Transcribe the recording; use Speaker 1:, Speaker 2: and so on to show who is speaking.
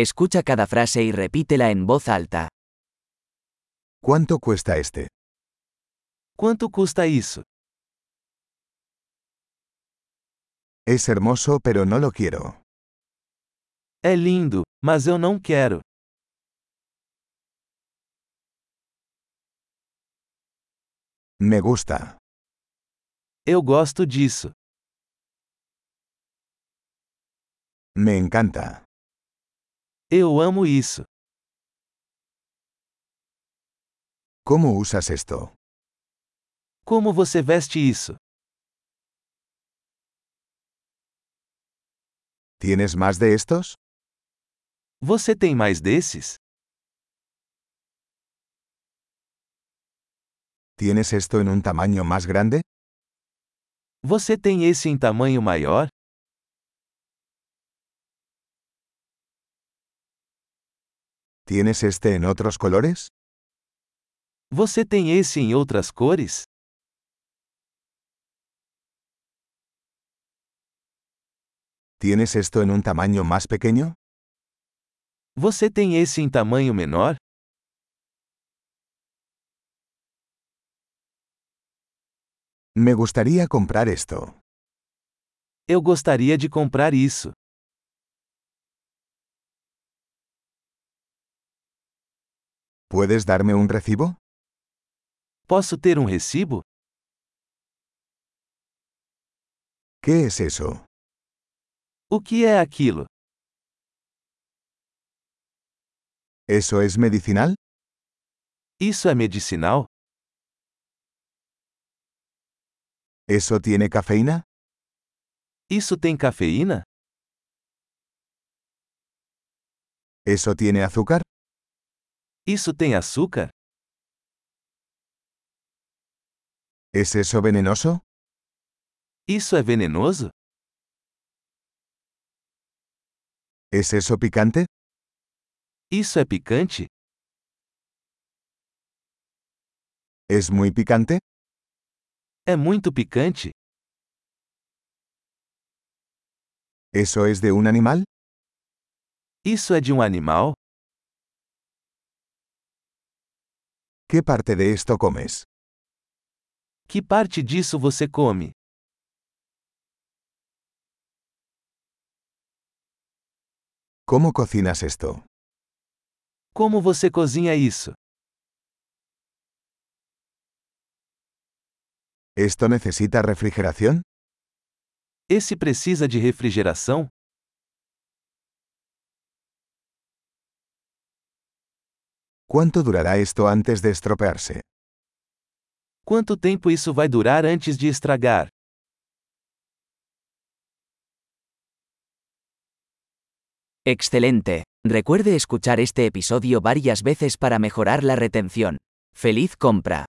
Speaker 1: Escucha cada frase y repítela en voz alta.
Speaker 2: ¿Cuánto cuesta este?
Speaker 3: Quanto custa isso?
Speaker 2: Es hermoso pero no lo quiero.
Speaker 3: É lindo, mas eu não quero.
Speaker 2: Me gusta.
Speaker 3: Eu gosto disso.
Speaker 2: Me encanta.
Speaker 3: Eu amo isso.
Speaker 2: ¿Cómo usas esto?
Speaker 3: Como você veste isso?
Speaker 2: ¿Tienes más de estos?
Speaker 3: Você tem mais desses?
Speaker 2: ¿Tienes esto en un tamaño más grande?
Speaker 3: Você tem esse em tamanho maior?
Speaker 2: ¿Tienes este en otros colores?
Speaker 3: Você tem esse em outras cores?
Speaker 2: ¿Tienes esto en un tamaño más pequeño?
Speaker 3: Você tem esse em tamanho menor?
Speaker 2: Me gustaría comprar esto.
Speaker 3: Eu gostaria de comprar isso.
Speaker 2: ¿Puedes darme un recibo?
Speaker 3: Posso ter um recibo?
Speaker 2: ¿Qué es eso?
Speaker 3: O que é aquilo?
Speaker 2: ¿Eso es medicinal?
Speaker 3: Isso é medicinal?
Speaker 2: ¿Eso tiene cafeína?
Speaker 3: Isso tem cafeína?
Speaker 2: ¿Eso tiene azúcar?
Speaker 3: Isso tem açúcar?
Speaker 2: ¿Es eso venenoso?
Speaker 3: Isso é venenoso?
Speaker 2: ¿Es eso picante?
Speaker 3: Isso é picante?
Speaker 2: ¿Es muy picante?
Speaker 3: É muito picante?
Speaker 2: ¿Eso es de un animal?
Speaker 3: Isso é de um animal?
Speaker 2: ¿Qué parte de esto comes?
Speaker 3: Que parte disso você come?
Speaker 2: ¿Cómo cocinas esto?
Speaker 3: Como você cozinha isso?
Speaker 2: ¿Esto necesita refrigeración?
Speaker 3: Esse precisa de refrigeração?
Speaker 2: ¿Cuánto durará esto antes de estropearse?
Speaker 3: Quanto tempo isso vai durar antes de estragar?
Speaker 1: Excelente. Recuerde escuchar este episodio varias veces para mejorar la retención. ¡Feliz compra!